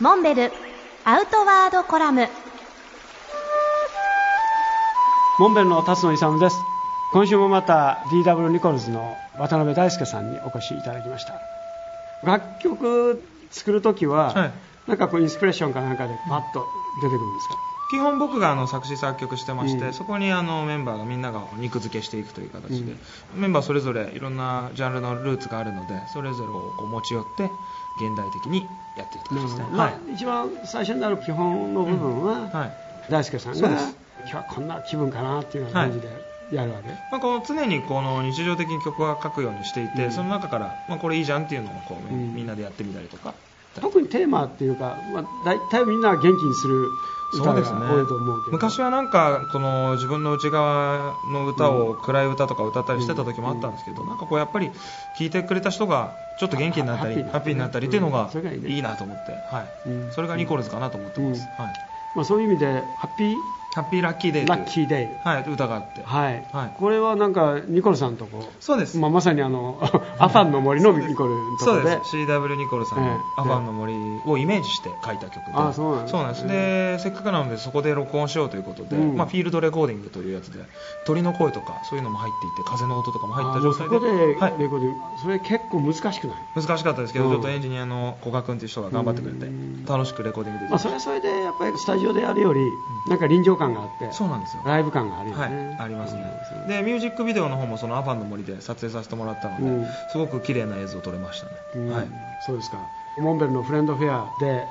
モンベルアウトワードコラムモンベルの辰野勇です今週もまた DW ニコルズの渡辺大輔さんにお越しいただきました楽曲作る時は、はいなんかこうインスピレーションかなんかでパッと出てくるんですか、基本僕があの作詞作曲してまして、うんそこにあのメンバーがみんなが肉付けしていくという形で、メンバーそれぞれいろんなジャンルのルーツがあるのでそれぞれをこう持ち寄って現代的にやっていくという形ですねまはあい、一番最初になる基本の部分は、はい大輔さんそうがです今日はこんな気分かなっていうような感じでやるわけ、まあ、この常にこの日常的に曲は書くようにしていて、うんその中から、まあ、これいいじゃんっていうのをこうう、んみんなでやってみたりとか特にテーマっていうか、まあ、大体みんなが元気にする歌が多いと思うけど昔はなんかこの自分の内側の歌を暗い歌とか歌ったりしてた時もあったんですけど、なんかこうやっぱり聴いてくれた人がちょっと元気になったりあハハッッピピーにーにななっったたりねりっていうのがそれがいいねいいなと思って、はいうんそれがニコルズかなと思ってます、うんはい、まあ、そういう意味でハッピーハッピーラッキーデイといラうッキーデイはい、歌があって、はい、はいこれはなんかニコルさんとこそうです、まあ、まさにあのアファンの森のニコルのとこそうでです CW ニコルさんええの「アファンの森」をイメージして書いた曲で、あそうなんですねですでせっかくなのでそこで録音しようということで、うんまあ、フィールドレコーディングというやつで鳥の声とかそういうのも入っていて風の音とかも入っあたも状うそ態こでではいレコーディングそれ結構難しくない、難しかったですけど、うんちょっとエンジニアの古賀君という人が頑張ってくれてうん楽しくレコーディングできまあ、ましそた、れはそれでやっぱりスタジオでやるよりなんか臨場感があってそうなんですよライブ感があるよはいね、、ありますねうんでミュージックビデオの方もその「アファンの森」で撮影させてもらったので、うんすごく綺麗な映像撮れましたね、うんはい、そうですかモンベルのフレンドフェアで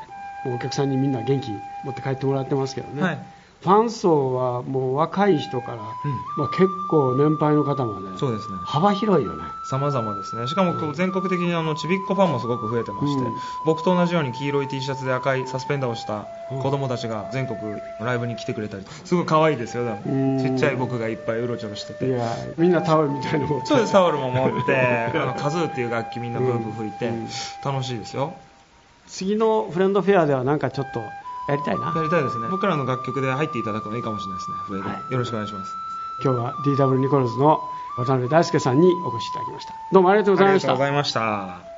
もうお客さんにみんな元気持って帰ってもらってますけどね、はいファン層はもう若い人から、まあ、結構年配の方までそうですね幅広いよね様々ですねしかもこう全国的にあのちびっこファンもすごく増えてまして、うん僕と同じように黄色い T シャツで赤いサスペンダーをした子供たちが全国のライブに来てくれたりすごい可愛いですよでうんもちっちゃい僕がいっぱいうろちょろしていてやみんなタオルみたいなのをそうですタオルも持 ってあのカズーっていう楽器みんなブーブー吹いて、うん楽しいですよ次のフレンドフェアではなんかちょっとやりたいなやりたいですね僕らの楽曲で入っていただくのいいかもしれないですね笛で、はいよろしくお願いします今日は DW ニコルズの渡辺大輔さんにお越しいただきましたどうもありがとうございましたありがとうございました